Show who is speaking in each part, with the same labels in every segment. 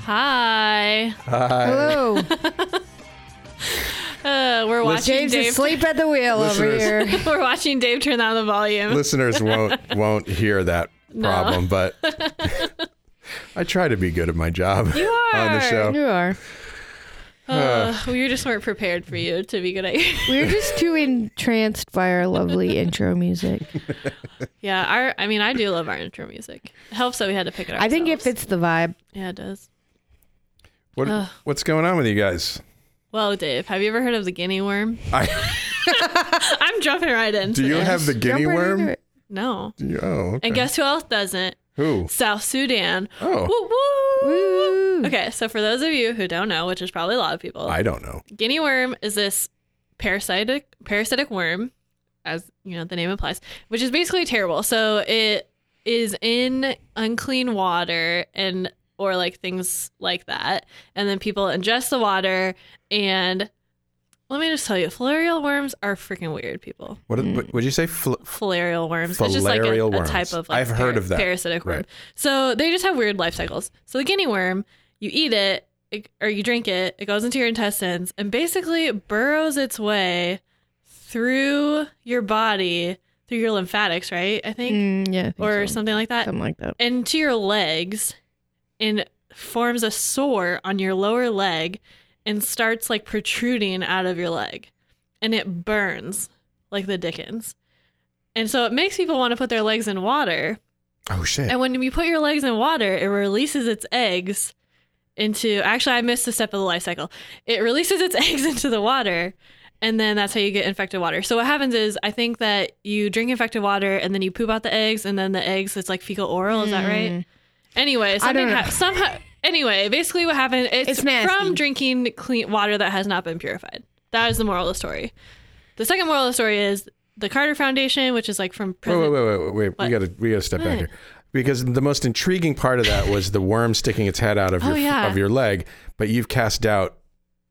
Speaker 1: Hi.
Speaker 2: Hello,
Speaker 1: Uh, we're watching
Speaker 2: James
Speaker 1: Dave.
Speaker 2: is asleep at the wheel over
Speaker 3: Listeners.
Speaker 2: here.
Speaker 1: we're watching Dave turn down the volume.
Speaker 3: listeners won't won't hear that problem, but I try to be good at my job
Speaker 1: You
Speaker 3: on the
Speaker 1: are.
Speaker 3: show.
Speaker 2: You are.
Speaker 1: Uh, we just weren't prepared for you to be good at your
Speaker 2: We were just too entranced by our lovely intro music.
Speaker 1: Yeah, our I mean I do love our intro music. It helps that we had to pick it up.
Speaker 2: I think it fits the vibe.
Speaker 1: Yeah, it does.
Speaker 3: What
Speaker 1: Ugh.
Speaker 3: what's going on with you guys?
Speaker 1: Well, Dave, have you ever heard of the guinea worm?
Speaker 3: I,
Speaker 1: I'm jumping right in.
Speaker 3: do you have the guinea
Speaker 2: Jump right into
Speaker 3: worm?
Speaker 2: it.
Speaker 1: No.
Speaker 3: Do you- Oh, okay.
Speaker 1: And guess who else doesn't?
Speaker 3: who?
Speaker 1: South Sudan.
Speaker 3: Oh,
Speaker 1: Woo woo.
Speaker 2: Woo.
Speaker 1: Okay, so for those of you who don't know, which is probably a lot of people,
Speaker 3: I don't know.
Speaker 1: guinea worm is this parasitic parasitic worm, as you know the name implies, which is basically terrible. So it is in unclean water and or like things like that, and then people ingest the water. And let me just tell you, filarial worms are freaking weird, people.
Speaker 3: What did- what- would you say? Fl-
Speaker 1: Filarial worms. it's just like a,
Speaker 3: Filarial
Speaker 1: a
Speaker 3: worms.
Speaker 1: type of like
Speaker 3: I've heard of that.
Speaker 1: parasitic worm.
Speaker 3: Right.
Speaker 1: So they just have weird life cycles. So the guinea worm, you eat it, it or you drink it, it goes into your intestines and basically burrows its way through your body, through your lymphatics, right? I think,
Speaker 2: Mm, yeah, I think
Speaker 1: or
Speaker 2: so.
Speaker 1: something like that,
Speaker 2: something like that.
Speaker 1: into your legs and forms a sore on your lower leg and starts like protruding out of your leg and it burns like the dickens. And so it makes people want to put their legs in water.
Speaker 3: oh shit!
Speaker 1: And when you put your legs in water, it releases its eggs into actually I missed a step of the life cycle. It releases its eggs into the water and then that's how you get infected water. So what happens is I think that you drink infected water and then you poop out the eggs and then the eggs it's like fecal oral, is that right? Anyway, something
Speaker 2: Hmm. don't know.
Speaker 1: ha- somehow anyway, basically what happened it's,
Speaker 2: It's nasty.
Speaker 1: from drinking clean water that has not been purified. That is the moral of the story. The second moral of the story is the Carter Foundation, which is like from
Speaker 3: wait,
Speaker 1: President
Speaker 3: wait, wait, wait, wait.
Speaker 1: What?
Speaker 3: We gotta we gotta step back
Speaker 1: What?
Speaker 3: here because the most intriguing part of that was the worm sticking its head out of
Speaker 1: Oh,
Speaker 3: your
Speaker 1: yeah.
Speaker 3: of your leg, but you've cast doubt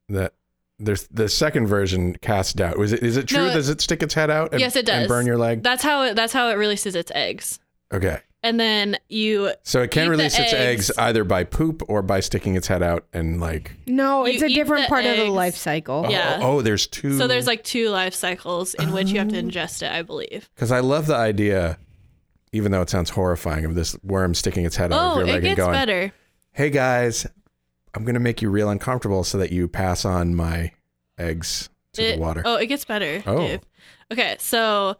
Speaker 3: that. There's the second version cast doubt. Was it? Is it true?
Speaker 1: No, it-
Speaker 3: does it stick its head out? And,
Speaker 1: yes, it does.
Speaker 3: And burn your leg.
Speaker 1: That's how it, that's how it releases its eggs,
Speaker 3: okay.
Speaker 1: and then you.
Speaker 3: So it can
Speaker 1: Eat the
Speaker 3: release its eggs
Speaker 1: eggs.
Speaker 3: either by poop or by sticking its head out and like.
Speaker 2: No,
Speaker 1: You
Speaker 2: it's a
Speaker 1: eat
Speaker 2: different
Speaker 1: the
Speaker 2: part of
Speaker 1: eggs.
Speaker 2: the life cycle.
Speaker 3: Oh,
Speaker 1: Yeah.
Speaker 3: oh, there's two.
Speaker 1: So there's like two life cycles in which you have to ingest it, I believe.
Speaker 3: Because I love the idea, even though it sounds horrifying, of this worm sticking its head out of
Speaker 1: Oh,
Speaker 3: your
Speaker 1: it
Speaker 3: leg and
Speaker 1: gets
Speaker 3: going,
Speaker 1: better.
Speaker 3: "Hey guys, I'm gonna make you real uncomfortable so that you pass on my eggs to
Speaker 1: It-
Speaker 3: the water."
Speaker 1: Oh, it gets better.
Speaker 3: Oh.
Speaker 1: Dave. Okay, so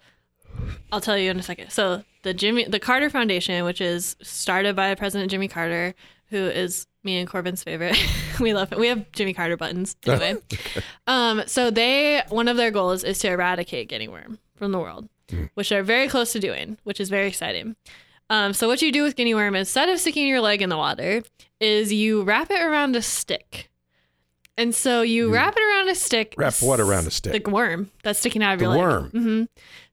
Speaker 1: I'll tell you in a second. So the Jimmy, the Carter Foundation, which is started by President Jimmy Carter, who is me and Corbin's favorite. we love it. We have Jimmy Carter buttons anyway. um, so they one of their goals is to eradicate guinea worm from the world,
Speaker 3: Hmm.
Speaker 1: which they're very close to doing, which is very exciting. Um, so what you do with guinea worm instead of sticking your leg in the water is you wrap it around a stick. And so you
Speaker 3: Hmm.
Speaker 1: wrap it around a stick.
Speaker 3: Wrap what around a stick?
Speaker 1: The worm that's sticking out of
Speaker 3: The
Speaker 1: your leg.
Speaker 3: worm.
Speaker 1: hmm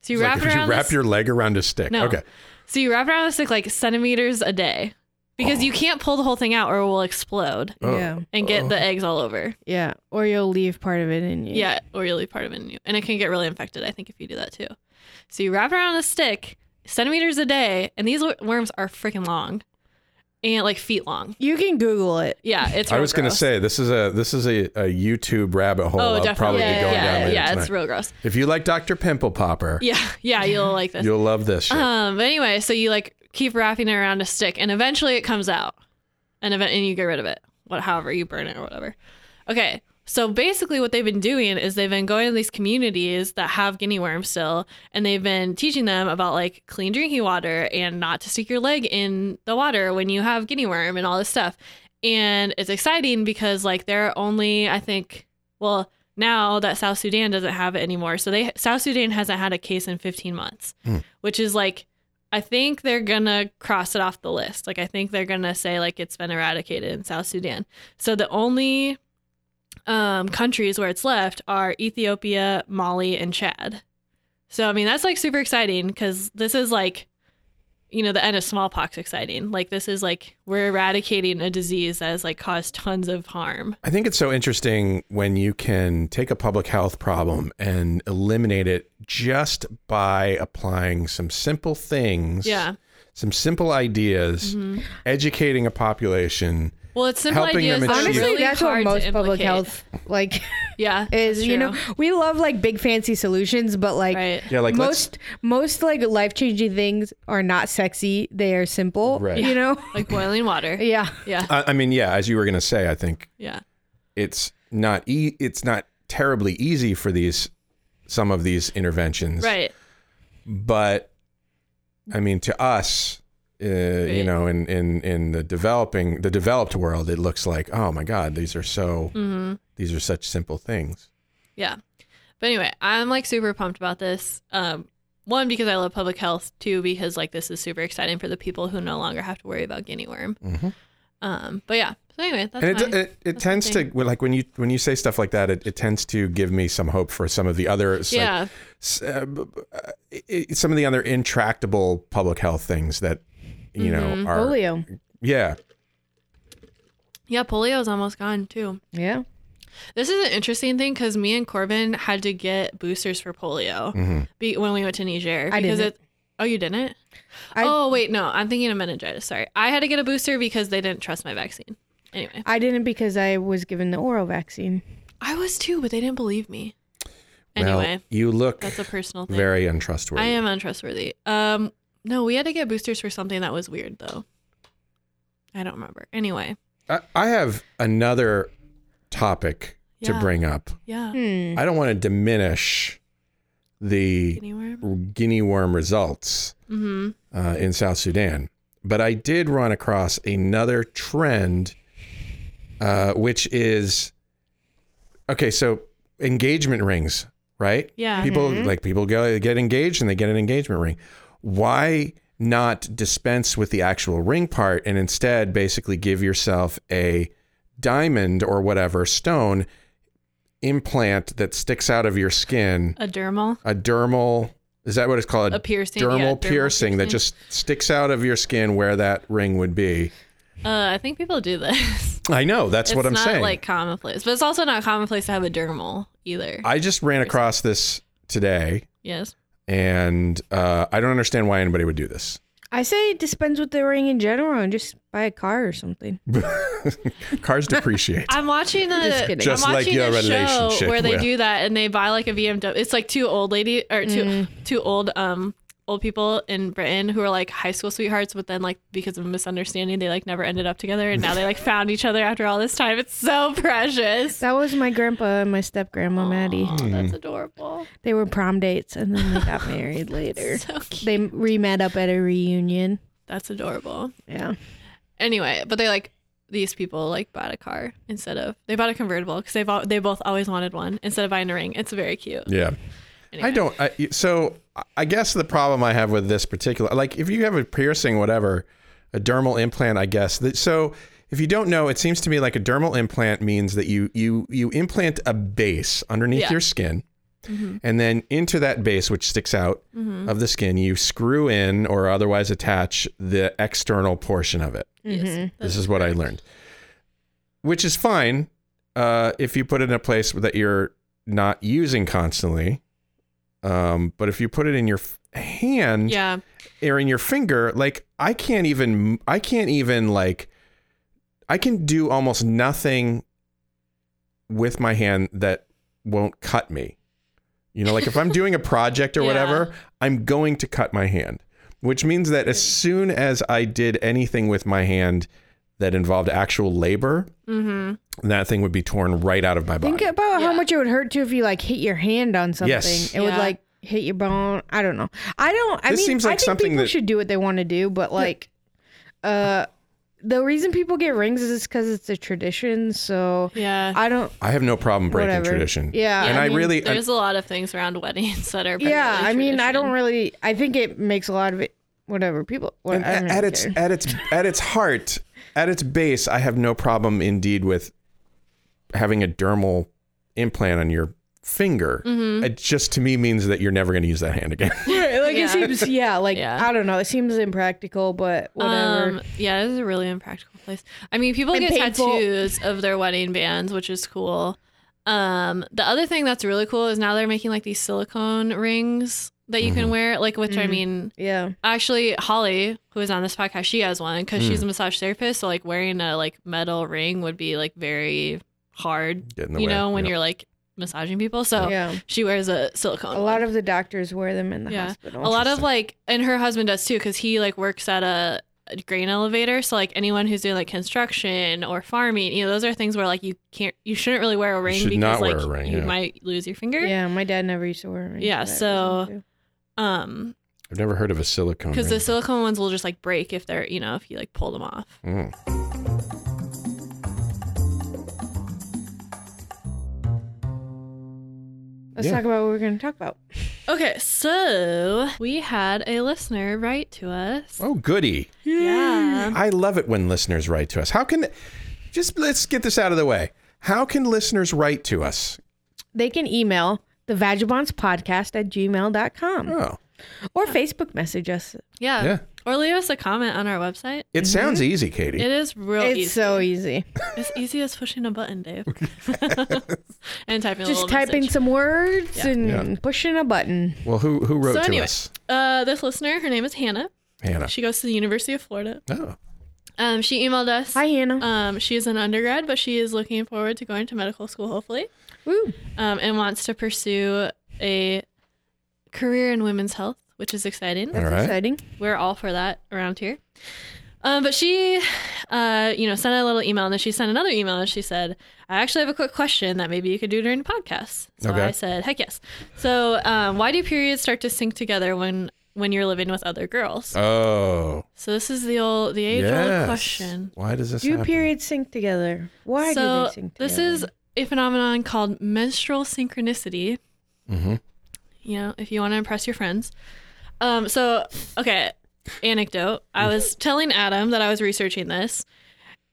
Speaker 1: So you
Speaker 3: It's like,
Speaker 1: wrap
Speaker 3: could
Speaker 1: it around.
Speaker 3: you wrap
Speaker 1: the,
Speaker 3: your leg around a stick.
Speaker 1: No.
Speaker 3: Okay.
Speaker 1: So you wrap it around the stick like centimeters a day, because you can't pull the whole thing out or it will explode
Speaker 3: Oh.
Speaker 2: Yeah.
Speaker 1: and get the eggs all over.
Speaker 2: Yeah, or you'll leave part of it in you.
Speaker 1: Yeah, or you'll leave part of it in you, and it can get really infected. I think if you do that too. So you wrap it around a stick centimeters a day, and these wor- worms are freaking long, and like feet long.
Speaker 2: you can Google it.
Speaker 1: Yeah, it's.
Speaker 3: I
Speaker 1: real
Speaker 3: was gonna
Speaker 1: gross.
Speaker 3: say this is a this is a, a YouTube rabbit hole.
Speaker 1: Oh,
Speaker 3: I'll
Speaker 1: definitely.
Speaker 3: probably
Speaker 1: yeah,
Speaker 3: be going
Speaker 1: yeah,
Speaker 3: down later
Speaker 1: yeah,
Speaker 3: tonight.
Speaker 1: it's real gross.
Speaker 3: If you like Dr. Pimple Popper,
Speaker 1: Yeah, yeah, you'll like this.
Speaker 3: you'll love this shit.
Speaker 1: Um, but anyway, so you like keep wrapping it around a stick, and eventually it comes out, and event and you get rid of it. What, however, you burn it or whatever. Okay, so basically, what they've been doing is they've been going to these communities that have guinea worms still, and they've been teaching them about like clean drinking water and not to stick your leg in the water when you have guinea worm and all this stuff. And it's exciting because like there are only I think well now that South Sudan doesn't have it anymore, so they South Sudan hasn't had a case in 15 months, which is like I think they're gonna cross it off the list. Like I think they're gonna say like it's been eradicated in South Sudan. So the only um, countries where it's left are Ethiopia, Mali, and Chad. So I mean that's like super exciting because this is like, you know, the end of smallpox exciting. Like this is like we're eradicating a disease that has like caused tons of harm.
Speaker 3: I think it's so interesting when you can take a public health problem and eliminate it just by applying some simple things,
Speaker 1: Yeah. Mm-hmm.
Speaker 3: some simple ideas, educating a population.
Speaker 1: Well, it's simple
Speaker 3: Helping them
Speaker 1: ideas. that are
Speaker 3: achieve-
Speaker 2: Honestly,
Speaker 1: really
Speaker 2: that's
Speaker 1: hard
Speaker 2: what
Speaker 1: to
Speaker 2: most public
Speaker 1: implicate.
Speaker 2: health like
Speaker 1: yeah
Speaker 2: is.
Speaker 1: that's
Speaker 2: You know,
Speaker 1: true.
Speaker 2: we love like big fancy solutions, but like
Speaker 1: right.
Speaker 3: Yeah, like
Speaker 2: most most like life changing things are not sexy. They are simple.
Speaker 3: Right.
Speaker 2: You know.
Speaker 1: like boiling water.
Speaker 2: Yeah.
Speaker 1: Yeah,
Speaker 3: let's. I, I mean, yeah, as you were going to say, I think
Speaker 1: yeah,
Speaker 3: it's not e- it's not terribly easy for these some of these interventions,
Speaker 1: right.
Speaker 3: but I mean, to us, uh, you
Speaker 1: Right.
Speaker 3: know, in, in in the developing the developed world, it looks like oh my god, these are so
Speaker 1: Mm-hmm.
Speaker 3: these are such simple things.
Speaker 1: Yeah. But anyway, I'm like super pumped about this. Um, one because I love public health. Two because like this is super exciting for the people who no longer have to worry about guinea worm. Um, but yeah. So anyway, that's
Speaker 3: Mm-hmm. and it
Speaker 1: my-
Speaker 3: it, it
Speaker 1: that's my
Speaker 3: tends to
Speaker 1: thing.
Speaker 3: well, like when you when you say stuff like that, it, it tends to give me some hope for some of the other it's like,
Speaker 1: yeah.
Speaker 3: s- uh, b- b- uh, i- i- some of the other intractable public health things that you
Speaker 1: Mm-hmm.
Speaker 3: know are
Speaker 2: Polio.
Speaker 3: yeah
Speaker 1: Yeah. Polio is almost gone too.
Speaker 2: Yeah.
Speaker 1: This is an interesting thing because me and Corbin had to get boosters for polio
Speaker 3: Mm-hmm.
Speaker 1: be- when we went to Niger.
Speaker 2: I
Speaker 1: because
Speaker 2: didn't.
Speaker 1: It, oh, you didn't?
Speaker 2: I-
Speaker 1: oh, wait, no. I'm thinking of meningitis. Sorry. I had to get a booster because they didn't trust my vaccine. Anyway,
Speaker 2: I didn't because I was given the oral vaccine.
Speaker 1: I was too, but they didn't believe me.
Speaker 3: well,
Speaker 1: Anyway,
Speaker 3: you look
Speaker 1: that's a personal thing.
Speaker 3: very untrustworthy
Speaker 1: I am untrustworthy. Um, no, we had to get boosters for something that was weird though. I don't remember. Anyway,
Speaker 3: I, I have another topic to
Speaker 1: Yeah.
Speaker 3: bring up.
Speaker 1: yeah.
Speaker 2: Hmm.
Speaker 3: I don't want to diminish the
Speaker 1: Guinea worm.
Speaker 3: guinea worm results
Speaker 1: Mhm.
Speaker 3: uh, in South Sudan, but I did run across another trend, uh, which is okay. So engagement rings, right?
Speaker 1: Yeah.
Speaker 3: People like people go get engaged and they get an engagement ring. Why not dispense with the actual ring part and instead basically give yourself a diamond or whatever stone implant that sticks out of your skin,
Speaker 1: A dermal.
Speaker 3: a dermal is that what it's called?
Speaker 1: A piercing,
Speaker 3: Dermal,
Speaker 1: yeah, dermal
Speaker 3: piercing, that
Speaker 1: piercing.
Speaker 3: just sticks out of your skin where that ring would be.
Speaker 1: Uh, I think people do this.
Speaker 3: I know, that's
Speaker 1: it's
Speaker 3: what I'm
Speaker 1: not
Speaker 3: saying.
Speaker 1: like commonplace, but it's also not commonplace to have a dermal either.
Speaker 3: I just ran across this today
Speaker 1: yes.
Speaker 3: and uh, I don't understand why anybody would do this.
Speaker 2: I say dispense with the ring in general and just buy a car or something.
Speaker 3: Cars depreciate.
Speaker 1: I'm watching a
Speaker 2: Just kidding.
Speaker 3: Just
Speaker 1: I'm
Speaker 3: like
Speaker 1: watching
Speaker 3: your
Speaker 1: a show
Speaker 3: relationship
Speaker 1: where they
Speaker 3: with-
Speaker 1: do that and they buy like a BMW. It's like two old lady or two
Speaker 2: Mm.
Speaker 1: two old um old people in Britain who are like high school sweethearts, but then like because of a misunderstanding, they like never ended up together, and now they like found each other after all this time. It's so precious.
Speaker 2: That was my grandpa and my step grandma Maddie.
Speaker 1: Aw, that's adorable.
Speaker 2: They were prom dates and then they got married later.
Speaker 1: So cute.
Speaker 2: They re met up at a reunion.
Speaker 1: That's adorable.
Speaker 2: Yeah.
Speaker 1: Anyway, but they like these people like bought a car instead of they bought a convertible because they bought they both always wanted one instead of buying a ring. It's very cute.
Speaker 3: Yeah. I
Speaker 1: Anyway.
Speaker 3: don't. I, so I guess the problem I have with this particular, like, if you have a piercing, whatever, a dermal implant, I guess. That, so if you don't know, it seems to me like a dermal implant means that you you you implant a base underneath
Speaker 1: Yeah. Mm-hmm.
Speaker 3: your skin, and then into that base, which sticks out of the skin, you screw in or otherwise attach the external portion of it.
Speaker 2: Mm-hmm.
Speaker 1: Yes.
Speaker 3: This is what I learned, which is fine uh, if you put it in a place that you're not using constantly. Um, but if you put it in your f- hand
Speaker 1: Yeah.
Speaker 3: or in your finger, like I can't even, I can't even like, I can do almost nothing with my hand that won't cut me. You know, like if I'm doing a project or
Speaker 1: Yeah.
Speaker 3: whatever, I'm going to cut my hand, which means that as soon as I did anything with my hand that involved actual labor,
Speaker 1: Mm-hmm.
Speaker 3: that thing would be torn right out of my body.
Speaker 2: Think about how
Speaker 1: Yeah.
Speaker 2: much it would hurt too if you like hit your hand on something.
Speaker 3: Yes.
Speaker 2: It would
Speaker 1: Yeah.
Speaker 2: like hit your bone. I don't know. I don't. I
Speaker 3: This
Speaker 2: mean,
Speaker 3: seems
Speaker 2: I
Speaker 3: like
Speaker 2: think
Speaker 3: something
Speaker 2: people
Speaker 3: that-
Speaker 2: should do what they want to do, but like, uh, the reason people get rings is because it's a tradition. So
Speaker 1: Yeah.
Speaker 2: I don't.
Speaker 3: I have no problem breaking
Speaker 2: Whatever.
Speaker 3: tradition.
Speaker 2: Yeah.
Speaker 3: and I,
Speaker 1: mean,
Speaker 3: really,
Speaker 1: there's a lot of things around weddings that are
Speaker 2: Yeah,
Speaker 1: particularly
Speaker 2: I mean, I
Speaker 1: tradition.
Speaker 2: don't really. I think it makes a lot of it whatever people. What,
Speaker 3: And
Speaker 2: I don't
Speaker 3: a- at
Speaker 2: even
Speaker 3: its
Speaker 2: care.
Speaker 3: at its at its heart, at its base, I have no problem indeed with having a dermal implant on your finger.
Speaker 1: Mm-hmm.
Speaker 3: It just to me means that you're never going to use that hand again.
Speaker 2: Right, like
Speaker 1: Yeah.
Speaker 2: it seems yeah like
Speaker 1: Yeah.
Speaker 2: i don't know it seems impractical but whatever
Speaker 1: Um, yeah, this is a really impractical place. I mean, people
Speaker 2: And
Speaker 1: get
Speaker 2: painful.
Speaker 1: tattoos of their wedding bands, which is cool. Um, the other thing that's really cool is now they're making like these silicone rings that you
Speaker 3: Mm-hmm.
Speaker 1: can wear, like which I
Speaker 2: Mm.
Speaker 1: mean,
Speaker 2: yeah
Speaker 1: actually Holly, who is on this podcast, she has one because
Speaker 3: Mm.
Speaker 1: she's a massage therapist. So like wearing a like metal ring would be like very hard,
Speaker 3: Get in the
Speaker 1: you
Speaker 3: way.
Speaker 1: know, when
Speaker 3: Yeah.
Speaker 1: you're like massaging people. So
Speaker 2: yeah
Speaker 1: she wears a silicone.
Speaker 2: a lot of the doctors wear them in the
Speaker 1: Yeah.
Speaker 2: hospital
Speaker 1: a lot of like and her husband does too because he like works at a, a grain elevator so like anyone who's doing like construction or farming you know those are things where like you can't you shouldn't really wear a ring
Speaker 3: should
Speaker 1: because
Speaker 3: not wear
Speaker 1: like
Speaker 3: a ring,
Speaker 1: you
Speaker 3: yeah.
Speaker 1: might lose your finger
Speaker 2: yeah my dad never used to wear them
Speaker 1: Yeah, so- um
Speaker 3: I've never heard of a silicone.
Speaker 1: because
Speaker 3: ring.
Speaker 1: the silicone ones will just like break if they're you know if you like pull them off
Speaker 3: Mm.
Speaker 2: let's
Speaker 3: Yeah.
Speaker 2: talk about what we're going to talk about
Speaker 1: okay so we had a listener write to us
Speaker 3: Oh, goody.
Speaker 1: yeah
Speaker 3: I love it when listeners write to us. How can just let's get this out of the way. How can listeners write to us?
Speaker 2: they can email the vagabondspodcast at gmail.com
Speaker 3: Oh,
Speaker 2: or facebook message us
Speaker 1: yeah,
Speaker 3: Yeah.
Speaker 1: or leave us a comment on our website
Speaker 3: it sounds easy, Katie.
Speaker 1: mm-hmm. it is real
Speaker 2: it's
Speaker 1: easy.
Speaker 2: so easy
Speaker 1: It's easy as pushing a button, Dave. and typing a
Speaker 2: just
Speaker 1: little
Speaker 2: typing
Speaker 1: message.
Speaker 2: some words
Speaker 1: Yeah.
Speaker 2: and
Speaker 3: Yeah.
Speaker 2: pushing a button
Speaker 3: well, who who wrote
Speaker 1: So
Speaker 3: to
Speaker 1: anyway.
Speaker 3: us?
Speaker 1: Uh, this listener, her name is Hannah.
Speaker 3: Hannah.
Speaker 1: She goes to the University of Florida.
Speaker 3: Oh,
Speaker 1: Um, she emailed us.
Speaker 2: hi hannah
Speaker 1: Um, she is an undergrad, but she is looking forward to going to medical school, hopefully,
Speaker 2: Woo.
Speaker 1: um, and wants to pursue a career in women's health, which is exciting.
Speaker 3: all
Speaker 2: that's
Speaker 3: right.
Speaker 2: exciting
Speaker 1: We're all for that around here. Um, but she, uh, you know, sent a little email and then she sent another email and she said, I actually have a quick question that maybe you could do during the podcast. So
Speaker 3: Okay.
Speaker 1: I said, heck yes. So um, why do periods start to sync together when when you're living with other girls?
Speaker 3: Oh,
Speaker 1: so this is the old, the age
Speaker 3: yes.
Speaker 1: old question.
Speaker 3: Why does this
Speaker 2: do
Speaker 3: happen?
Speaker 2: periods sync together why do
Speaker 1: so
Speaker 2: they sync together
Speaker 1: this is a phenomenon called menstrual synchronicity.
Speaker 3: Mhm.
Speaker 1: You know, if you want to impress your friends. Um, so okay, anecdote. I was telling Adam that I was researching this,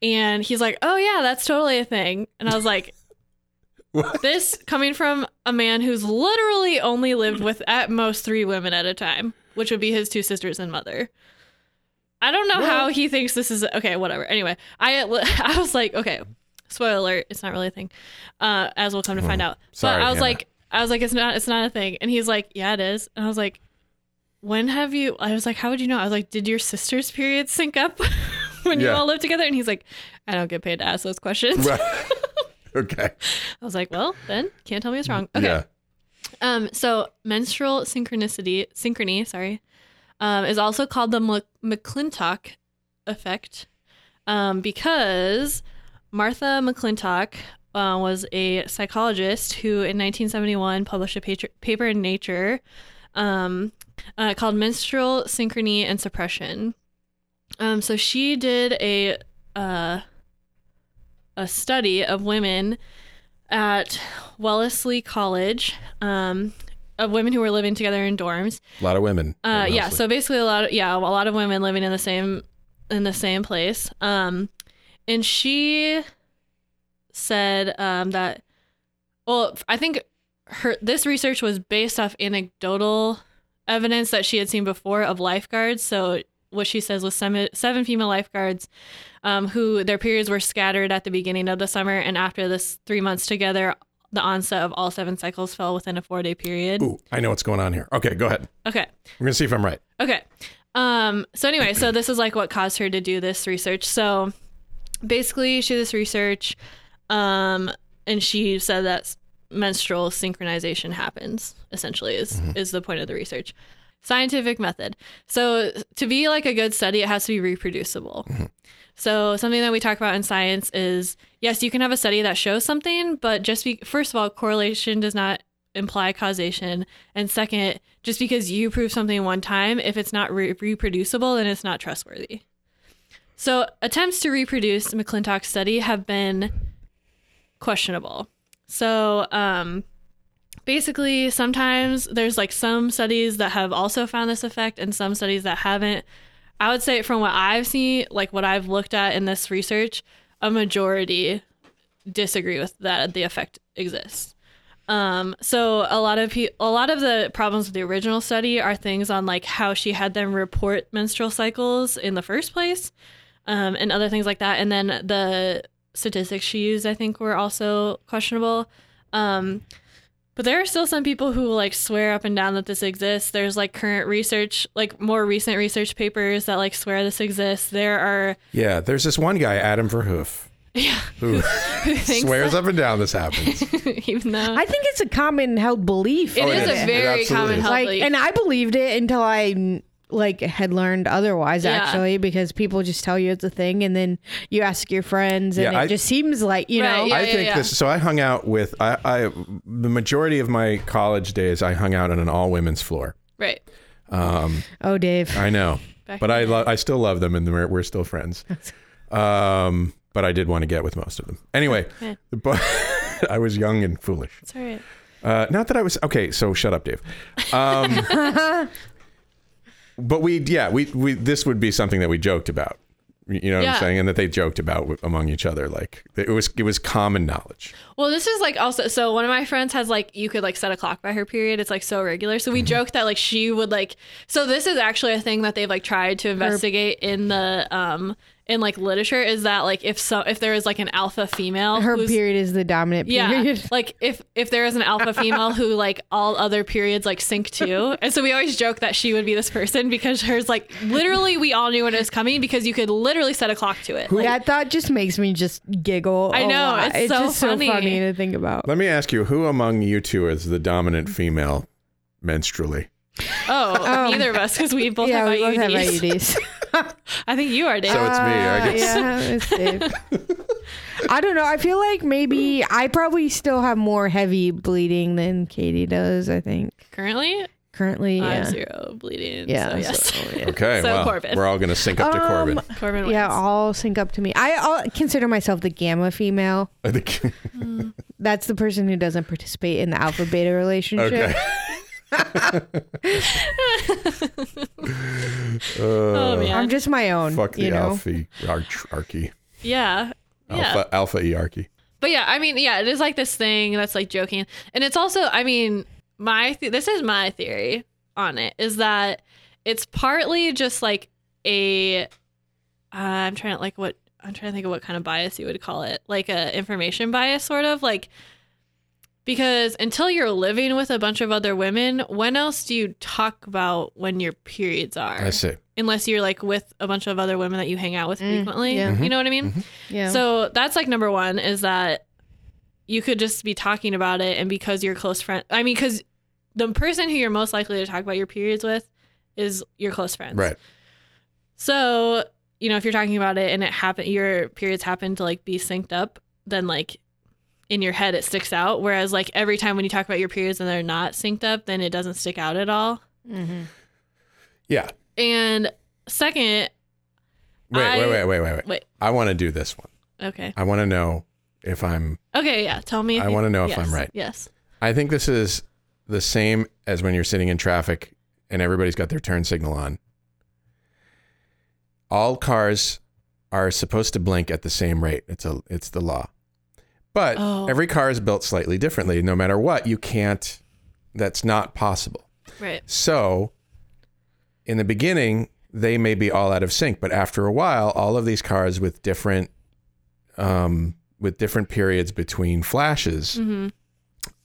Speaker 1: and he's like, "Oh yeah, that's totally a thing." And I was like,
Speaker 3: What?
Speaker 1: "This coming from a man who's literally only lived with at most three women at a time, which would be his two sisters and mother." I don't know how he thinks this is okay. Whatever. Anyway, I I was like, okay, spoiler alert, it's not really a thing, uh, as we'll come to find out.
Speaker 3: Hmm. sorry,
Speaker 1: but I was
Speaker 3: Hannah.
Speaker 1: like, I was like, it's not, it's not a thing. And he's like, yeah, it is. And I was like, when have you? I was like, how would you know? I was like, did your sister's periods sync up when you
Speaker 3: Yeah.
Speaker 1: all lived together? And he's like, I don't get paid to ask those questions.
Speaker 3: Right. okay.
Speaker 1: I was like, well, then can't tell me what's wrong. Okay.
Speaker 3: Yeah.
Speaker 1: Um, so menstrual synchronicity, synchrony, sorry, um, is also called the Mc- McClintock effect, um, because Martha McClintock uh, was a psychologist who, in 1971, published a paper, paper in Nature um, uh, called "Menstrual Synchrony and Suppression." Um, so she did a uh, a study of women at Wellesley College um, of women who were living together in dorms.
Speaker 3: A lot of women.
Speaker 1: Uh,
Speaker 3: are
Speaker 1: yeah,
Speaker 3: mostly-
Speaker 1: so basically a lot of yeah, a lot of women living in the same in the same place. Um, and she said um, that well, I think her this research was based off anecdotal evidence that she had seen before of lifeguards. So what she says was seven, seven female lifeguards um, who their periods were scattered at the beginning of the summer and after this three months together the onset of all seven cycles fell within a four day period
Speaker 3: Ooh, I know what's going on here. Okay, go ahead.
Speaker 1: okay
Speaker 3: We're gonna see if I'm right.
Speaker 1: Okay. Um, so anyway, so this is like what caused her to do this research. So basically she did this research, um, and she said that s- menstrual synchronization happens, essentially, is is the point of the research. Scientific method. So to be like a good study, it has to be reproducible. So something that we talk about in science is yes, you can have a study that shows something, but just be first of all, correlation does not imply causation. And second, just because you prove something one time, if it's not re- reproducible, then it's not trustworthy. So attempts to reproduce McClintock's study have been questionable. So um, basically sometimes there's like some studies that have also found this effect and some studies that haven't i would say from what i've seen like what i've looked at in this research a majority disagree with that the effect exists um, so a lot of pe- a lot of the problems with the original study are things on like how she had them report menstrual cycles in the first place, um, and other things like that. And then the statistics she used, I think, were also questionable. Um, but there are still some people who like swear up and down that this exists. There's like current research, like more recent research papers that like swear this exists. There are
Speaker 3: Yeah, there's this one guy, Adam Verhoof,
Speaker 1: yeah,
Speaker 3: who
Speaker 1: who thinks
Speaker 3: swears up and down this happens.
Speaker 1: that, even though
Speaker 2: I think it's a common held belief.
Speaker 1: it
Speaker 3: Oh,
Speaker 1: is
Speaker 3: it is.
Speaker 1: a
Speaker 3: It
Speaker 1: very
Speaker 3: absolutely
Speaker 1: common
Speaker 3: is.
Speaker 1: health
Speaker 2: like,
Speaker 1: like,
Speaker 2: and I believed it until I like had learned otherwise
Speaker 1: Yeah.
Speaker 2: actually because people just tell you it's a thing and then you ask your friends and
Speaker 3: Yeah,
Speaker 2: it
Speaker 3: I-
Speaker 2: just seems like you
Speaker 1: Right,
Speaker 2: know
Speaker 1: yeah.
Speaker 3: I think this. So I hung out with I, I the majority of my college days. I hung out on an all women's floor.
Speaker 1: right.
Speaker 3: Um,
Speaker 2: oh Dave
Speaker 3: I know,
Speaker 1: Back
Speaker 3: but I lo- I still love them, and we're, we're still friends. Um, but I did want to get with most of them anyway.
Speaker 1: Yeah.
Speaker 3: But I was young and foolish.
Speaker 1: It's all right.
Speaker 3: Uh, not that I was okay. So shut up, Dave. Um, but we, yeah, we, we, this would be something that we joked about. You you know what
Speaker 1: Yeah.
Speaker 3: I'm saying, and that they joked about w- among each other. Like it was, it was common knowledge.
Speaker 1: Well, this is like also so one of my friends has like you could like set a clock by her period. It's like so regular. So we
Speaker 2: Mm-hmm.
Speaker 1: joke that like she would like so this is actually a thing that they've like tried to investigate in the um in like literature is that like if so if there is like an alpha female
Speaker 2: her
Speaker 1: who's-
Speaker 2: period is the dominant
Speaker 1: yeah
Speaker 2: period
Speaker 1: like if if there is an alpha female who like all other periods like sync too and so we always joke that she would be this person because hers like literally we all knew when it was coming because you could literally set a clock to it Like,
Speaker 2: that thought just makes me just giggle
Speaker 1: I
Speaker 2: a
Speaker 1: know,
Speaker 2: lot.
Speaker 1: it's
Speaker 2: it's
Speaker 1: so
Speaker 2: just
Speaker 1: funny.
Speaker 2: so funny to think about
Speaker 3: Let me ask you, who among you two is the dominant female menstrually?
Speaker 1: oh neither of us because we both
Speaker 2: yeah
Speaker 1: have E
Speaker 2: we both
Speaker 1: IUDs
Speaker 2: have E IUDs
Speaker 1: I think you are Dave
Speaker 3: So it's me, I
Speaker 2: Uh,
Speaker 3: guess.
Speaker 2: Yeah, it's Dave. I don't know. I feel like maybe I probably still have more heavy bleeding than Katie does. I think
Speaker 1: currently
Speaker 2: currently,
Speaker 1: I have
Speaker 2: yeah,
Speaker 1: zero bleeding.
Speaker 2: Yeah,
Speaker 1: Yeah. So yes.
Speaker 3: Okay,
Speaker 1: So
Speaker 3: well,
Speaker 1: Corbin.
Speaker 3: we're all going to sync up to
Speaker 2: Um,
Speaker 3: Corbin.
Speaker 1: Corbin wins.
Speaker 2: yeah, all sync up to me. I I'll consider myself the gamma female.
Speaker 3: I think.
Speaker 2: That's the person who doesn't participate in the alpha beta relationship.
Speaker 3: Okay.
Speaker 1: oh man.
Speaker 2: I'm just my own.
Speaker 3: Uh, Fuck the
Speaker 2: you know?
Speaker 3: alpha archy.
Speaker 1: yeah. Yeah.
Speaker 3: Alpha alpha E, earchy.
Speaker 1: But yeah, I mean, yeah, it is like this thing that's like joking. And it's also, I mean, my th- this is my theory on it is that it's partly just like a uh, I'm trying to like what I'm trying to think of what kind of bias you would call it. Like a information bias sort of like because until you're living with a bunch of other women, when else do you talk about when your periods are?
Speaker 3: I see.
Speaker 1: unless you're like with a bunch of other women that you hang out with
Speaker 2: Mm,
Speaker 1: frequently.
Speaker 2: yeah.
Speaker 3: Mm-hmm.
Speaker 1: You know what I mean?
Speaker 2: Yeah.
Speaker 1: So that's like number one is that you could just be talking about it, and because you're close friend, I mean, because the person who you're most likely to talk about your periods with is your close friends.
Speaker 3: Right.
Speaker 1: So you know, if you're talking about it and it happened, your periods happen to like be synced up, then like in your head it sticks out. Whereas like every time when you talk about your periods and they're not synced up, then it doesn't stick out at all. Mm-hmm.
Speaker 3: Yeah.
Speaker 1: And second,
Speaker 3: Wait,
Speaker 1: I-
Speaker 3: wait, wait, wait, wait, wait.
Speaker 1: wait,
Speaker 3: I want to do this one.
Speaker 1: okay.
Speaker 3: I want to know if I'm.
Speaker 1: Okay, yeah. Tell me.
Speaker 3: I want to know if I'm
Speaker 1: yes,
Speaker 3: right.
Speaker 1: Yes.
Speaker 3: I think this is the same as when you're sitting in traffic and everybody's got their turn signal on. All cars are supposed to blink at the same rate. It's a it's the law. But
Speaker 1: Oh.
Speaker 3: every car is built slightly differently. No matter what, you can't that's not possible.
Speaker 1: Right.
Speaker 3: So, in the beginning, they may be all out of sync, but after a while, all of these cars with different, um, with different periods between flashes,
Speaker 1: Mm. Mm-hmm.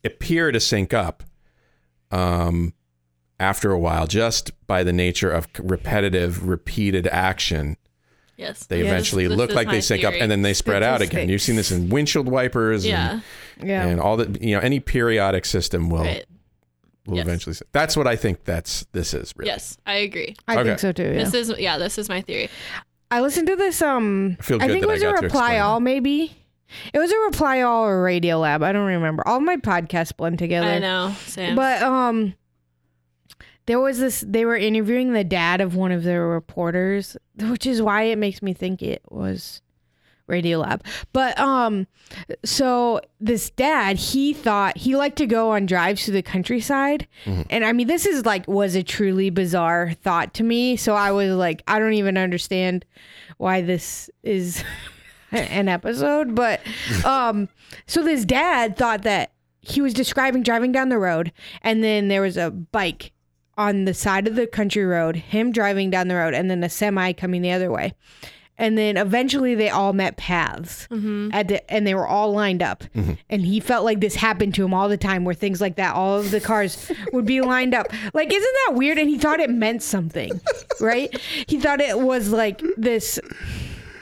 Speaker 3: appear to sync up. Um, after a while, just by the nature of c- repetitive, repeated action,
Speaker 1: Yes.
Speaker 3: they
Speaker 2: Yeah, this-
Speaker 3: eventually
Speaker 1: this
Speaker 3: look
Speaker 1: is
Speaker 3: like
Speaker 1: my
Speaker 3: they sync up,
Speaker 1: theory.
Speaker 3: and then they spread out again.
Speaker 2: Statistics.
Speaker 3: You've seen this in windshield wipers,
Speaker 1: Yeah.
Speaker 2: yeah.
Speaker 3: and, and all that. You know, any periodic system will
Speaker 1: Right.
Speaker 3: will
Speaker 1: Yes.
Speaker 3: eventually. Sync. That's what I think. That's this is really.
Speaker 1: Yes. I agree.
Speaker 2: I
Speaker 3: Okay.
Speaker 2: think so too. Yeah.
Speaker 1: This is yeah. This is my theory.
Speaker 2: I listened to this. Um,
Speaker 3: I feel good
Speaker 2: think
Speaker 3: that
Speaker 2: it
Speaker 3: I
Speaker 2: was
Speaker 3: got
Speaker 2: a
Speaker 3: to
Speaker 2: reply
Speaker 3: explain
Speaker 2: all, maybe. It was a reply all or Radio Lab. I don't remember. All my podcasts blend together.
Speaker 1: I know. Sam.
Speaker 2: But um, there was this. They were interviewing the dad of one of their reporters, which is why it makes me think it was Radiolab. But um so this dad, he thought he liked to go on drives through the countryside. And I mean this is like was a truly bizarre thought to me. So I was like, I don't even understand why this is an episode, but um so this dad thought that he was describing driving down the road and then there was a bike on the side of the country road, him driving down the road and then a semi coming the other way. And then eventually they all met paths at the, and they were all lined up. And he felt like this happened to him all the time where things like that, all of the cars would be lined up. Like, isn't that weird? And he thought it meant something, right? He thought it was like this